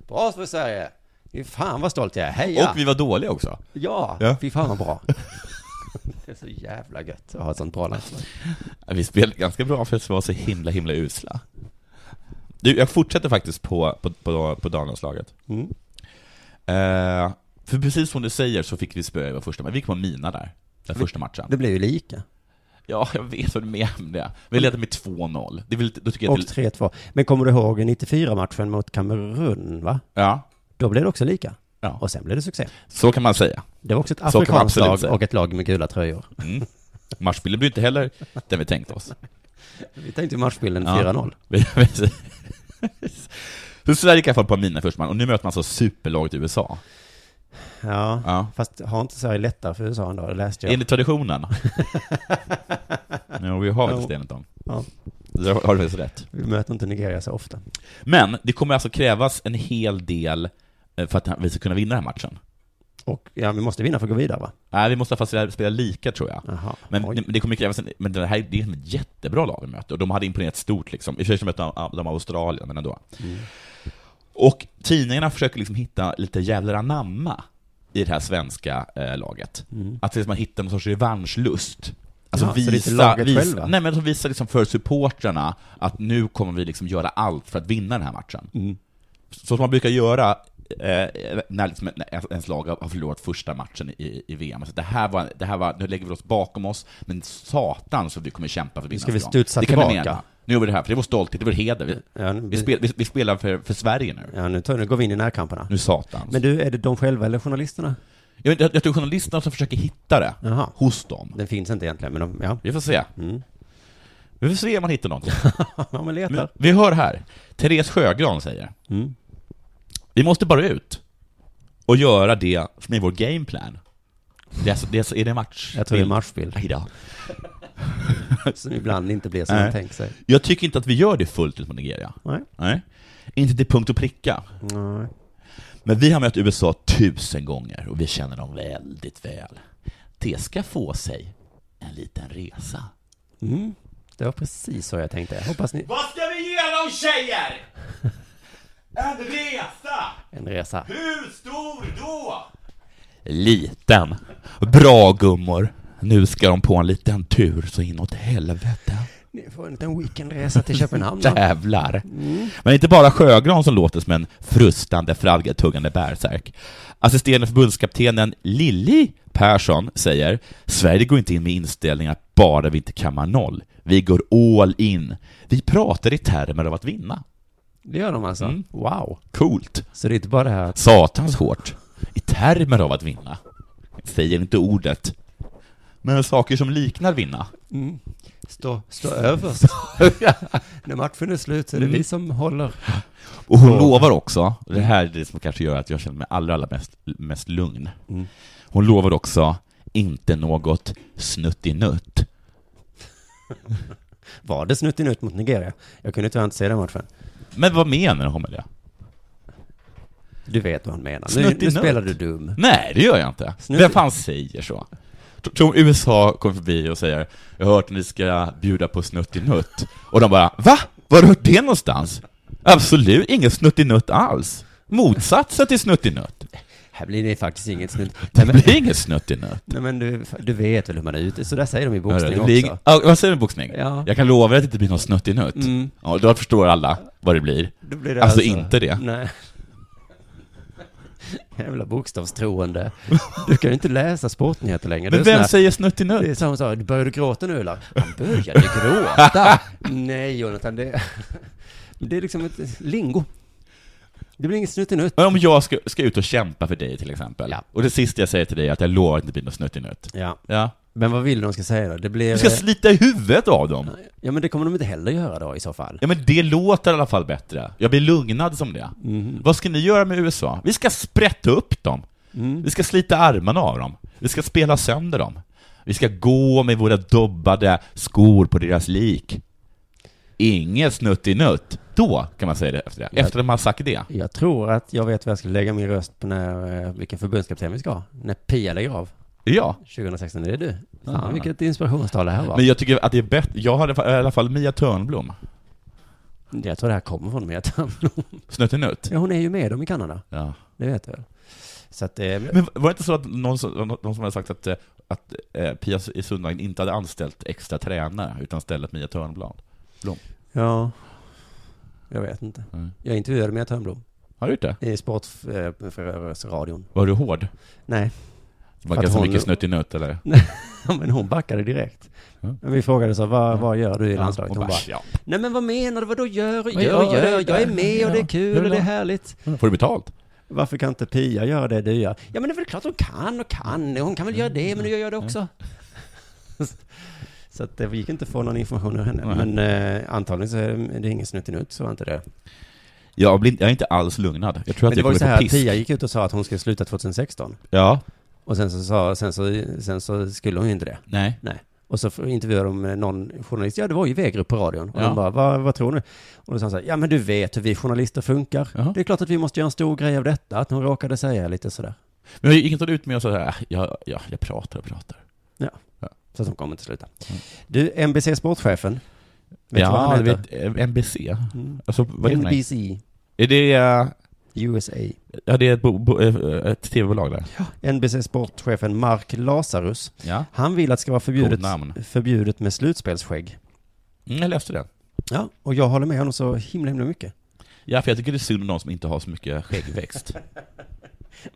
bra för Sverige! Fy fan vad stolt jag är, heja!
Och vi var dåliga också.
Ja,
Ja.
fy fan vad bra. det är så jävla gött att ha ett sånt bra landslag.
Vi spelade ganska bra för att vi var så himla, himla usla. Du, jag fortsätter faktiskt på, på, på, på damlandslaget.
Mm.
Eh, för precis som du säger så fick vi spö i vår första match. Vi gick på mina där, den första matchen.
Det blev ju lika.
Ja, jag vet vad du menar. Vi ledde med 2-0. Det är väl, lite- då tycker jag
Och
att det,
3-2. Men kommer du ihåg 94-matchen mot Kamerun, va?
ja,
Då blev det också lika.
Ja.
Och sen blev det succé.
så kan man säga.
Det var också ett
Så kan man
afrikanskt
absolut
lag
säga.
och ett lag med gula tröjor.
Mm. Matchbilden blir inte heller den vi tänkt oss.
Vi tänkte ju matchbilden
Ja.
4-0.
Precis. Så Sverige kan få på mina först man, och nu möter man så superlaget USA.
Ja, fast har inte Sverige lättare för USA ändå? Det läste jag.
Enligt traditionen. Jo, vi har faktiskt det enligt dem.
Ja.
Det har du faktiskt rätt.
Vi möter inte Nigeria så ofta.
Men det kommer alltså krävas en hel del eh, för att vi ska kunna vinna den här matchen.
Och ja, vi måste vinna för att gå vidare va?
Nej, vi måste i alla fall spela- spela lika tror jag.
Jaha,
men det, det kommer krävas en, men det här det är ett jättebra lag vi möter, och de hade imponerat stort liksom. I och för sig så mötte de, de Australien, men ändå.
Mm.
Och tidningarna försöker liksom hitta lite jävlar anamma i det här svenska eh, laget.
Mm.
Att liksom man hittar någon sorts revanschlust. Alltså
Ja, så det är
visa,
inte laget
visa,
själva?
Nej, men alltså visa liksom för supportrarna att nu kommer vi liksom göra allt för att vinna den här matchen. Så som man brukar göra eh, när, liksom, när ens lag har förlorat första matchen i, i VM. Alltså, det, här var, det här var, nu lägger vi oss bakom oss, men satan så vi kommer kämpa för att vinna.
ska vi
för dem.
studsa
det kan vi
tillbaka.
mena. Nu gör vi det här, för det är vår stolthet, det är vår heder. Vi, vi, spel, vi, vi spelar för, för Sverige nu.
Ja, nu, tar, nu går vi in i närkamperna.
Nu satans.
Men du, är det de själva eller journalisterna?
Jag, jag, jag tror journalisterna som försöker hitta det
Jaha. Mm.
hos dem.
Den finns inte egentligen, men de, ja.
Vi får se. Vi får se om man hittar något.
Ja, men
Men
letar.
vi hör här. Therese Sjögran säger.
Mm.
Vi måste bara ut och göra det som är vår gameplan. Det är, alltså, det är, alltså- är det match?
Jag tror det är matchbild.
Aj då.
Som ibland inte blir som man
Nej.
tänkt sig.
Jag tycker inte att vi gör det fullt ut mot Nigeria.
Nej.
Inte till punkt och pricka.
Nej.
Men vi har mött USA tusen gånger och vi känner dem väldigt väl. Det ska få sig en liten resa.
Mm. Det var precis så jag tänkte. Jag Hoppas ni...
Vad ska vi ge dem tjejer? En resa!
En resa.
Hur stor då? Liten. Bra gummor. Nu ska de på en liten tur så inåt helvete.
Ni får en liten weekendresa till Köpenhamn. då.
Jävlar.
Mm.
Men inte bara Sjögran som låter som en frustande, fralgetuggande bärsärk. Assisterande förbundskaptenen Lilly Persson säger Sverige går inte in med inställningen att bara vi inte kammar noll. Vi går all in. Vi pratar i termer av att vinna.
Det gör de alltså?
Mm.
Wow.
Coolt.
Så det är inte bara det här att...
Satans hårt. I termer av att vinna. Säger inte ordet. Men saker som liknar vinna.
Mm. Stå, stå överst. När matchen är slut så är det
Mm.
vi som håller.
Och hon
Ja.
lovar också, det här är det som kanske gör att jag känner mig allra, allra mest, mest lugn.
Mm.
Hon lovar också, inte något snuttinutt.
Var det snutten ut mot Nigeria? Jag kunde tyvärr inte se den matchen.
Men vad menar hon med det?
Du vet vad han menar. Nu, nu
Snuttinutt?
spelar du dum.
Nej, det gör jag inte.
Snutti-
Vem fan säger så? Tr- Tror USA kommer förbi och säger Jag har hört att ni ska bjuda på snuttinutt. Och de bara Va? Var har du hört det någonstans? Absolut ingen snuttinutt alls. Motsatsen till snuttinutt.
Här blir det faktiskt inget snutt.
Det blir ingen snuttinutt.
Nej men du, du vet väl hur man är ute? Så där säger de i boxning
Det
också.
blir ingen- Ja, vad säger du om boxning?
Ja.
Jag kan lova er att det inte blir någon snuttinutt.
Mm.
Ja, då förstår alla vad det blir.
Då blir det
alltså, inte det.
Nej. Jävla bokstavstroende. Du kan ju inte läsa sportnyheter längre.
Men
Du
vem
är sån här-
säger snuttinutt?
Det är samma sak. Börjar du gråta nu eller? Han började gråta. Nej Jonathan, det... Det är liksom ett lingo. Det blir inget snuttinutt.
Men om jag ska, ska ut och kämpa för dig till exempel, och det sista jag säger till dig är att jag lovar att det inte blir någon snuttinutt.
Ja.
Ja.
Men vad vill de ska säga då? Det blir...
Du ska
eh,
slita i huvudet av dem!
Ja men det kommer de inte heller göra då i så fall.
Ja men det låter i alla fall bättre. Jag blir lugnad som det. Vad ska ni göra med USA? Vi ska sprätta upp dem. Vi ska slita armarna av dem. Vi ska spela sönder dem. Vi ska gå med våra dobbade skor på deras lik. Inget snuttinutt. Då kan man säga det efter det. Efter att man har sagt det.
Jag tror att jag vet vad jag skulle lägga min röst på när, eh, vilken förbundskapten vi ska ha. När Pia lägger av.
Ja.
2016, är det du? Fan
Aha.
vilket inspirationstal det här var.
Men jag tycker att det är bättre. Jag hade i alla fall Mia Törnblom.
Jag tror det här kommer från Mia Törnblom.
Snuttinutt.
Ja, hon är ju med dem i Kanada.
Ja.
Det vet du väl? Så att, eh,
Men var det inte så att någon som, någon som hade sagt att, eh, att eh, Pia i Sundhagen inte hade anställt extra tränare, utan stället Mia Törnblad? Blom.
ja, jag vet inte.
Mm.
Jag intervjuade Mia Törnblom.
Har du gjort det?
I eh, Sportförrörelseradion.
Var du hård?
Nej.
Det
För
var
att
ganska
hon-
mycket snuttinutt, eller?
Ja, men hon backade direkt.
Mm.
Men vi frågade så, vad, vad gör du i
Ja,
landslaget?
hon
Hon
bara,
bara,
ja.
nej men vad menar du, vad då gör och
Vad
gör,
gör
gör,
jag?
jag är med och det är
Ja.
kul och det är härligt.
Får du betalt?
Varför kan inte Pia göra det du gör? Ja men det är väl klart hon kan och kan, hon kan väl göra det, men jag gör det också. Så att det gick inte att få någon information ur henne.
Nej.
Men eh, antagligen så är det, det är ingen snuttinutt, så var inte det.
Jag, blir, jag är inte alls lugnad. Jag tror
Men
att
det
jag
var ju så
kommer
här,
få pisk.
Pia gick ut och sa att hon skulle sluta 2016.
Ja.
Och sen så, sa, sen så, sen så skulle hon ju inte det.
Nej.
Nej. Och så intervjuade de någon journalist, ja det var ju V-grupp på radion. Och
Ja.
de bara, vad, vad tror ni? Och då sa han så här, ja men du vet hur vi journalister funkar. Det är klart att vi måste göra en stor grej av detta, att hon råkade säga lite sådär.
Men jag gick inte ut med och sa att "Äh, jag, jag, jag pratar och pratar.
Ja. Så att de kommer inte sluta. Du, NBC Sportchefen.
Mm.
Vet
ja,
du vad han
det
heter?
vet- eh, NBC.
Mm.
Alltså, vad är det för
NBC.
någonting? Är det... eh,
USA.
Ja, det är ett, bo, bo, eh, ett tv-bolag där.
NBC Sportchefen Mark Lazarus.
Ja.
Han vill att det ska vara förbjudet,
Coolt namn.
förbjudet med slutspelsskägg.
Mm, jag läste det.
Ja, och jag håller med honom så himla, himla mycket.
Ja, för jag tycker det är synd om de som inte har så mycket skäggväxt.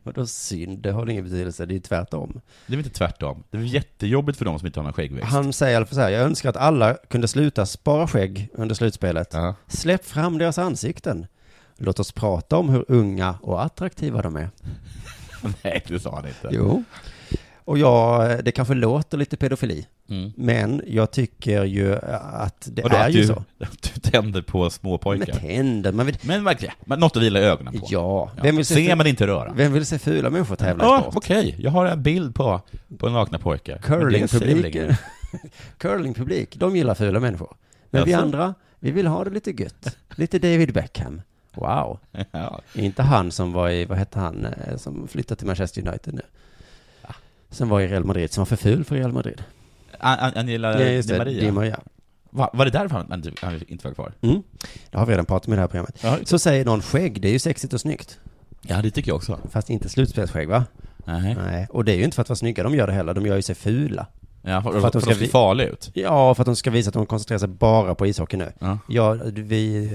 Vadå synd? Det har ingen betydelse, det är tvärtom.
Det är väl inte tvärtom? Det är väl jättejobbigt för de som inte har någon skäggväxt?
Han säger i alla fall så här, jag önskar att alla kunde sluta spara skägg under slutspelet. Släpp fram deras ansikten. Låt oss prata om hur unga och attraktiva de är.
Nej, det sa han inte.
Jo. Och ja, det kanske låter lite pedofili.
Mm.
Men jag tycker ju att det
Vadå,
är
att
ju
du,
så.
Att du tänder på
Med
småpojkar?
tänder, man vill...
Men verkligen, men något att vila ögonen på.
Ja.
Vem vill se
ful-
Ser man inte röra.
Vem vill se fula människor tävla i
Ja,
sport?
okej. Jag har en bild på, på nakna pojkar.
Curlingpubliken. Curlingpublik, de gillar fula människor. Men vi
Jaså?
andra, vi vill ha det lite gött. Lite David Beckham. Wow.
Ja.
Inte han som var i, vad hette han, eh, som flyttade till Manchester United nu. Som var i Real Madrid, som var för ful för Real Madrid.
Angela
Ja, just
Di
det,
Eh, Maria?
Di Maria.
Va, var det därför han, han, han inte var kvar?
Mm. Det har vi redan pratat med i det här programmet.
Ja, just
Så säger någon skägg, det är ju sexigt och snyggt.
Ja, det tycker jag också.
Fast inte slutspelsskägg va?
Nej.
Nej. Och det är ju inte för att vara snygga de gör det heller, de gör ju sig fula.
Ja, för, för att de ska se
vi-
farliga ut.
Ja, för att de ska visa att de koncentrerar sig bara på ishockey nu.
Ja.
Jag, vi,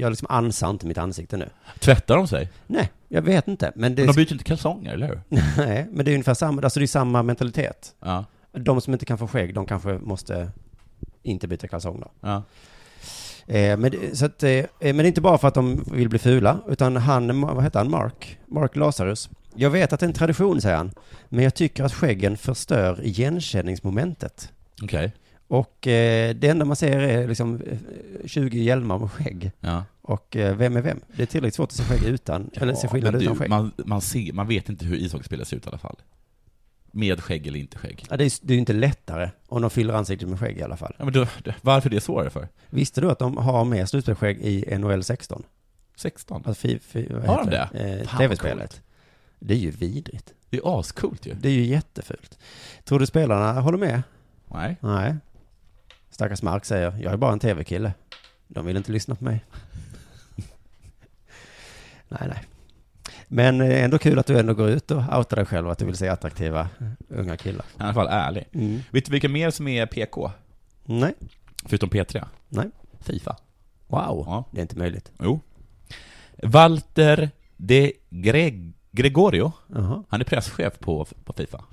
jag liksom ansar inte mitt ansikte nu.
Tvättar de sig?
Nej, jag vet inte. Men det...
Men de byter inte kalsonger, eller hur?
Nej, men det är ungefär samma, alltså det är samma mentalitet.
Ja.
De som inte kan få skägg, de kanske måste inte byta kalsong då.
Ja.
Eh, men, det- så att, eh, eh, men det är inte bara för att de vill bli fula, utan han, vad heter han, Mark? Mark Lazarus. Jag vet att det är en tradition, säger han, men jag tycker att skäggen förstör igenkänningsmomentet.
Okej.
Och eh, det enda man ser är liksom eh, 20 hjälmar med skägg.
Ja.
Och eh, vem är vem? Det är tillräckligt svårt att se skägg utan, eller se
Ja,
skillnad
men du,
utan skägg.
Man, man, ser, man vet inte hur ishockeyspelare ser ut i alla fall. Med skägg eller inte skägg.
Ja, det är det är ju inte lättare om de fyller ansiktet med skägg i alla fall.
Ja, men då, då- varför är det svårare för?
Visste du att de har mer slutspelsskägg i NHL 16?
16?
Alltså, fi, fi, vad
Har de
heter
det? Fan,
Eh,
vad
TV-spelet. Det är ju vidrigt.
Det är ascoolt ju.
Det är ju jättefult. Tror du spelarna håller med?
Nej.
Nej. Stackars Mark säger, jag är bara en TV-kille. De vill inte lyssna på mig. nej, nej. Men eh, ändå kul att du ändå går ut och outar dig själv att du vill se attraktiva unga killar.
I alla fall ärlig.
Mm.
Vet du vilka mer som är PK?
Nej.
Förutom P3?
Nej.
Fifa.
Wow.
Ja.
Det är inte möjligt.
Jo. Walter de Gre- Gregorio.
Jaha.
Han är presschef på, på Fifa.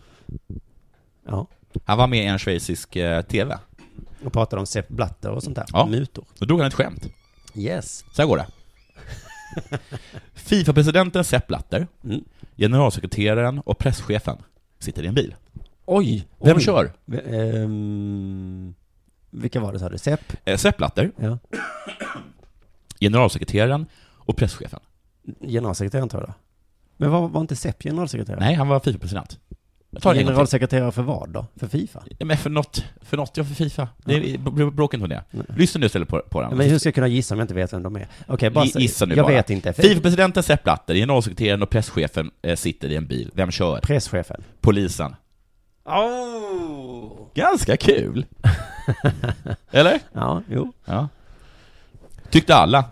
Ja.
Han var med i en schweizisk eh, TV.
Och pratar om Sepp Blatter och sånt där.
Ja.
Mutor.
Då drog han ett skämt.
Yes.
Så här går det. Fifa-presidenten Sepp Blatter,
Mm.
generalsekreteraren och presschefen sitter i en bil.
Oj!
Vem
oj.
kör?
V- ehm, vilka var det sa du? Sepp?
Eh, Sepp Blatter,
Ja.
generalsekreteraren och presschefen.
Generalsekreteraren tror jag då. Men var, var inte Sepp generalsekreterare?
Nej, han var Fifa-president. Jag tar det en gång till.
generalsekreterare för vad då? För Fifa?
Ja, Men för något, för något, ja för Fifa. Det är- br- Bråka inte om det. Lyssna nu istället på, på den.
Men hur ska jag kunna gissa om jag inte vet vem de är? Okej, bara
Gi- Gissa nu
Jag
bara.
vet inte.
Fifa-presidenten Sepp Blatter, generalsekreteraren och presschefen eh, sitter i en bil. Vem kör?
Presschefen.
Polisen. Oh! Ganska kul. Eller?
Ja, jo.
Ja. Tyckte alla.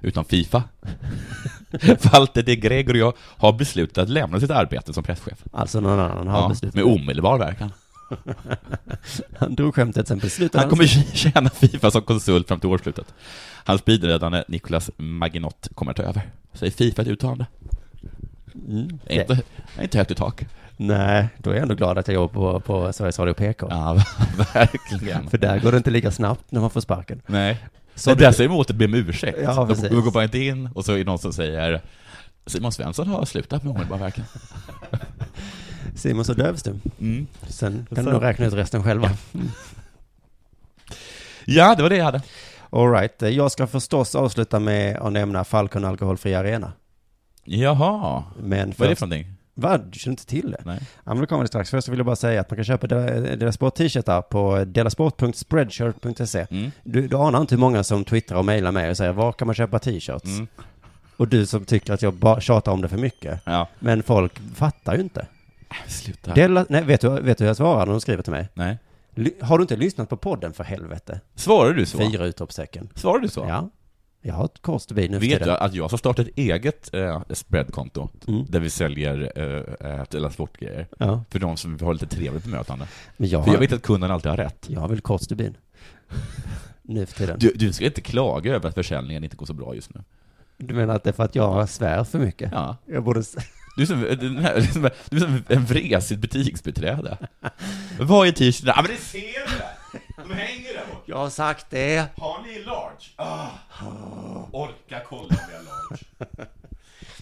Utom Fifa. Walter de Gregorio har beslutat att lämna sitt arbete som presschef.
Alltså någon annan har
Ja,
beslutat.
med omedelbar verkan.
Han drog skämtet sen beslutade
Han kommer tjäna Fifa som konsult fram till årsslutet. Hans bidragande Nicolas Maginot kommer att ta över. Säger Fifa ett uttalande.
Mm.
Det är inte, det är inte högt i tak.
Nej, då är jag ändå glad att jag jobbar på, på Sveriges Radio PK.
Ja, verkligen.
För där går det inte lika snabbt när man får sparken.
Nej.
Så
Så det
du-
där säger emot att be om ursäkt.
Ja,
de,
precis.
de går bara inte in och så är det någon som säger Simon Svensson har slutat med omedelbar verkan.
Simon så dövs du.
Mm.
Sen kan
Sen-
du nog räkna ut resten själva.
Ja, det var det jag hade.
Alright, jag ska förstås avsluta med att nämna Falcon Alkoholfri Arena.
Jaha,
Men
vad är det för någonting?
Va? Du känner inte till det?
Nej.
Ja, men då kommer det strax. Först vill jag bara säga att man kan köpa Dela Dela Sport t-shirtar på delasport.spreadshirt.se.
Mm.
Du, du anar inte hur många som twittrar och mejlar mig och säger var kan man köpa t-shirts?
Mm.
Och du som tycker att jag bara tjatar om det för mycket. Men folk fattar ju inte.
Sluta.
Dela, nej, vet du, vet du hur jag svarar när de skriver till mig?
Nej.
Ly- Har du inte lyssnat på podden för helvete?
Svarar du så?
Fyra utropstecken.
Svarar du så?
Ja. Jag har ett korsbi nu för
Vet
tiden.
du att jag ska starta ett eget eh, spreadkonto
Mm.
där vi säljer eh, eh, eller sportgrejer
Ja.
för de som vill ha lite trevligt bemötande?
Men jag
för jag
har-
vet att kunden alltid har rätt.
Jag har väl korsbin. nu för tiden.
Du, du ska inte klaga över att försäljningen inte går så bra just nu.
Du menar att det är för att jag svär för mycket?
Ja.
Jag borde... s-
Du är som, eh, den här, du är som en vresig butiksbeträde. Vad är t-shirten? Ja men det ser du! De hänger där borta.
Jag har sagt det.
Har ni large? Ah. Orka kolla om jag har large.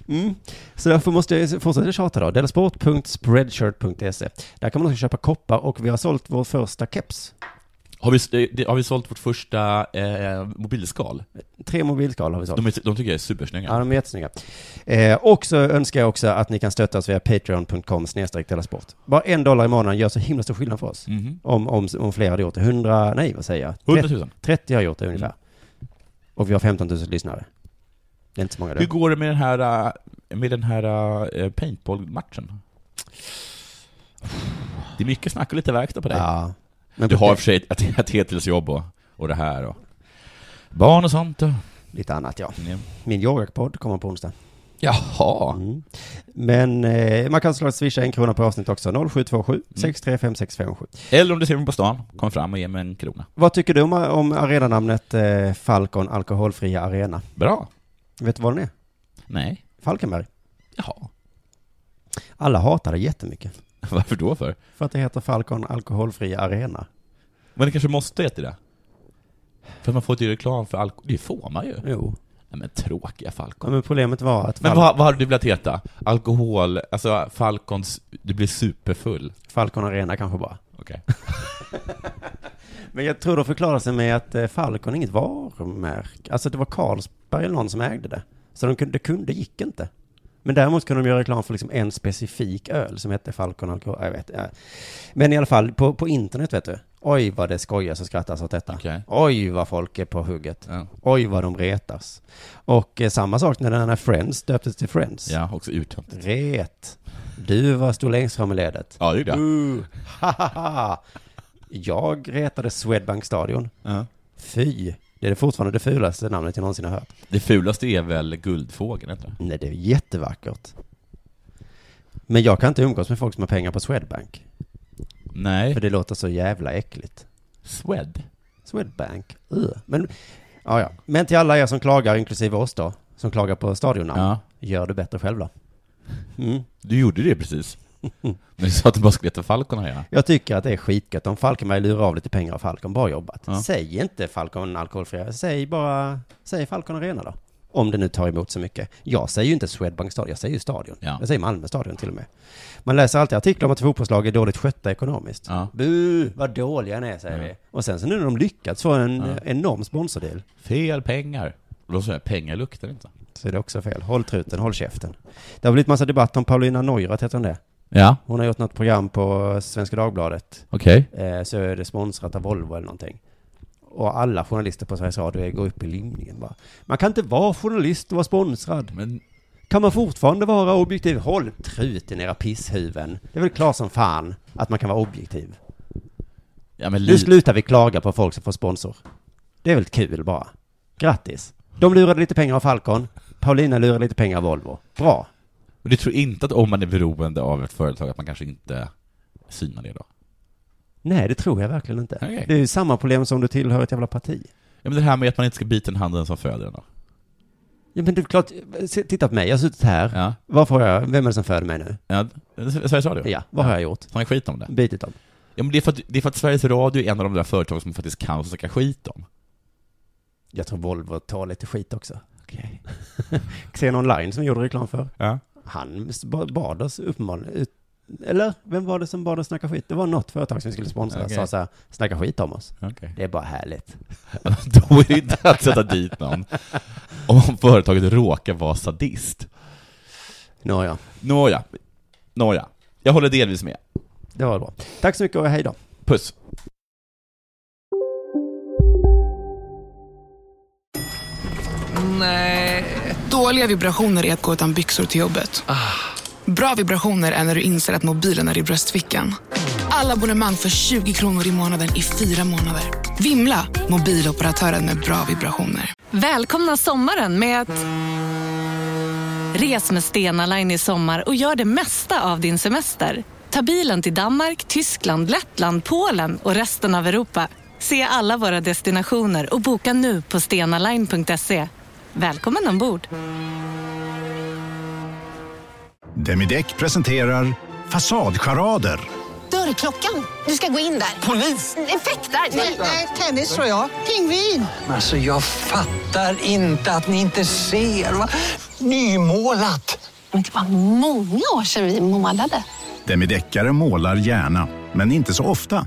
Mm. Så därför måste jag fortsätta tjata då. Delasport.spreadshirt.se. Där kan man också köpa koppar och vi har sålt vår första keps.
Har vi, det- har vi sålt vårt första eh, mobilskal?
Tre mobilskal har vi sålt.
De, är, de tycker jag är supersnygga.
Ja, de är jättesnygga. Eh, och så önskar jag också att ni kan stötta oss via patreon.com snedstreck delasport. Bara en dollar i månaden gör så himla stor skillnad för oss.
Mhm.
Om, om, om fler hade gjort det. 100, nej vad säger jag?
100 000.
30 har gjort det ungefär. Och vi har 15 000 lyssnare. Det är inte så många
Mm. Hur
det.
går det med den här, eh, med den här eh, paintball-matchen? Det är mycket snack och lite verkstad på dig.
Ja, men
du
på-
har i och för sig ett, ett heltidsjobb och, och det här och barn och sånt. Och. Mm.
Lite annat ja.
Ja.
Min yogapodd kommer på onsdag.
Jaha.
Mm. Men eh, man kan såklart swisha en krona per avsnitt också. 0727
Mm.
635657.
Eller om du ser mig på stan, kom fram och ge mig en krona.
Vad tycker du om, om arenanamnet eh, Falcon Alkoholfria Arena?
Bra.
Vet du vad den är?
Nej.
Falkenberg.
Jaha.
Alla hatar det jättemycket.
Varför då för?
För att det heter Falcon Alkoholfria Arena.
Men det kanske måste heta det? För att man får inte göra reklam för alkohol. Det får man ju.
Jo.
Nej, men tråkiga Falcon.
Ja, men problemet var att
Men
Fal-
vad, vad hade du velat heta? Alkohol, alltså Falcons, du blir superfull.
Falcon Arena kanske bara.
Okej.
Men jag tror de förklarar sig med att eh, Falcon är inget varumärke. Alltså det var Carlsberg eller någon som ägde det. Så de kunde, det kunde, det gick inte. Men däremot kunde de göra reklam för liksom en specifik öl som hette Falcon Alkohol. Jag vet, ja. Men i alla fall, på, på internet vet du. Oj vad det skojas och skrattas åt detta.
Okej.
Oj vad folk är på hugget.
Ja.
Oj vad de retas. Och eh, samma sak när den här Friends döptes till Friends.
Ja, också uttömt.
Ret. Du var stod längst fram i ledet.
Ja, det gjorde jag.
Uh, hahaha. jag retade Swedbank Stadion.
Ja.
Fy. Det är fortfarande det fulaste namnet jag någonsin har hört.
Det fulaste är väl guldfågeln, inte det?
Nej, det är jättevackert. Men jag kan inte umgås med folk som har pengar på Swedbank.
Nej.
För det låter så jävla äckligt.
Swed.
Swedbank. Uh. Men, ja, ja. Men till alla er som klagar, inklusive oss då, som klagar på stadionnamn.
Ja.
Gör det bättre själva. Mm.
Du gjorde det precis. Men du sa att du bara skulle heta Falcon här, ja.
Jag tycker att det är skitgött om Falkenberg lurar av lite pengar av Falcon. Bra jobbat.
Ja.
Säg inte Falcon alkoholfria. Säg bara, säg Falcon Arena då. Om det nu tar emot så mycket. Jag säger ju inte Swedbank Stadion, jag säger ju Stadion.
Ja.
Jag säger Malmö Stadion till och med. Man läser alltid artiklar om att fotbollslag är dåligt skötta ekonomiskt.
Ja.
Bu, vad dåliga ni är, säger vi. Och sen så nu när de lyckats få en eh, enorm sponsordel,
Fel pengar. Och de säger pengar luktar inte.
så är det också fel. Håll truten, håll käften. Det har blivit massa debatt om Paulina Neurath, heter hon det?
Ja,
Hon har gjort något program på Svenska Dagbladet.
okej.
eh, så är det sponsrat av Volvo eller någonting. Och alla journalister på Sveriges Radio går upp i limningen bara. Man kan inte vara journalist och vara sponsrad.
Men
Kan man fortfarande vara objektiv? Håll truten era pisshuven. Det är väl klart som fan att man kan vara objektiv.
Ja men
Nu
li-
slutar vi klaga på folk som får sponsor. Det är väl kul bara. Grattis. De lurade lite pengar av Falcon. Paulina lurade lite pengar av Volvo. Bra.
men du tror inte att om man är beroende av ett företag att man kanske inte synar det då?
Nej, det tror jag verkligen inte.
Okej.
Det är ju samma problem som om du tillhör ett jävla parti.
Ja men det här med att man inte ska bita den handen som föder den då?
Ja, men det är klart. se- Titta på mig. Jag har suttit här.
Ja.
Varför har jag, vem är det som föder mig nu?
ja det- Sveriges Radio?
Ja, vad har jag gjort?
Snackar skit om det?
Bitit dem.
Ja men det är, för att, det är för att Sveriges Radio är en av de där företag som faktiskt kan snacka skit om.
Jag tror Volvo tar lite skit också.
Okej.
Xenon Line som jag gjorde reklam för,
Ja.
han s- ba- bad oss uppenbarligen ut, Eller vem var det som bad oss snacka skit? Det var något företag som vi skulle sponsra
Okej.
sa så här, snacka skit om oss.
Okej.
Det är bara härligt.
Då är det ju dags att sätta dit någon. Om företaget råkar vara sadist.
Nåja.
Nåja. Nåja. Jag håller delvis med.
Det var bra. Tack så mycket och hej då.
Puss.
Nej. Dåliga vibrationer är att gå utan byxor till jobbet. Bra vibrationer är när du inser att mobilen är i bröstfickan. Alla abonnemang för 20 kronor i månaden i fyra månader. Vimla! Mobiloperatören med bra vibrationer.
Välkomna sommaren med att... Res med Stena Line i sommar och gör det mesta av din semester. Ta bilen till Danmark, Tyskland, Lettland, Polen och resten av Europa. Se alla våra destinationer och boka nu på stenaline.se. Välkommen ombord!
Demideck presenterar Fasadcharader.
Dörrklockan. Du ska gå in där. Polis? Effektar? Nej, tennis tror jag. Pingvin.
Alltså jag fattar inte att ni inte ser. Va? Nymålat.
Men det var många år sedan vi målade.
Demideckare målar gärna, men inte så ofta.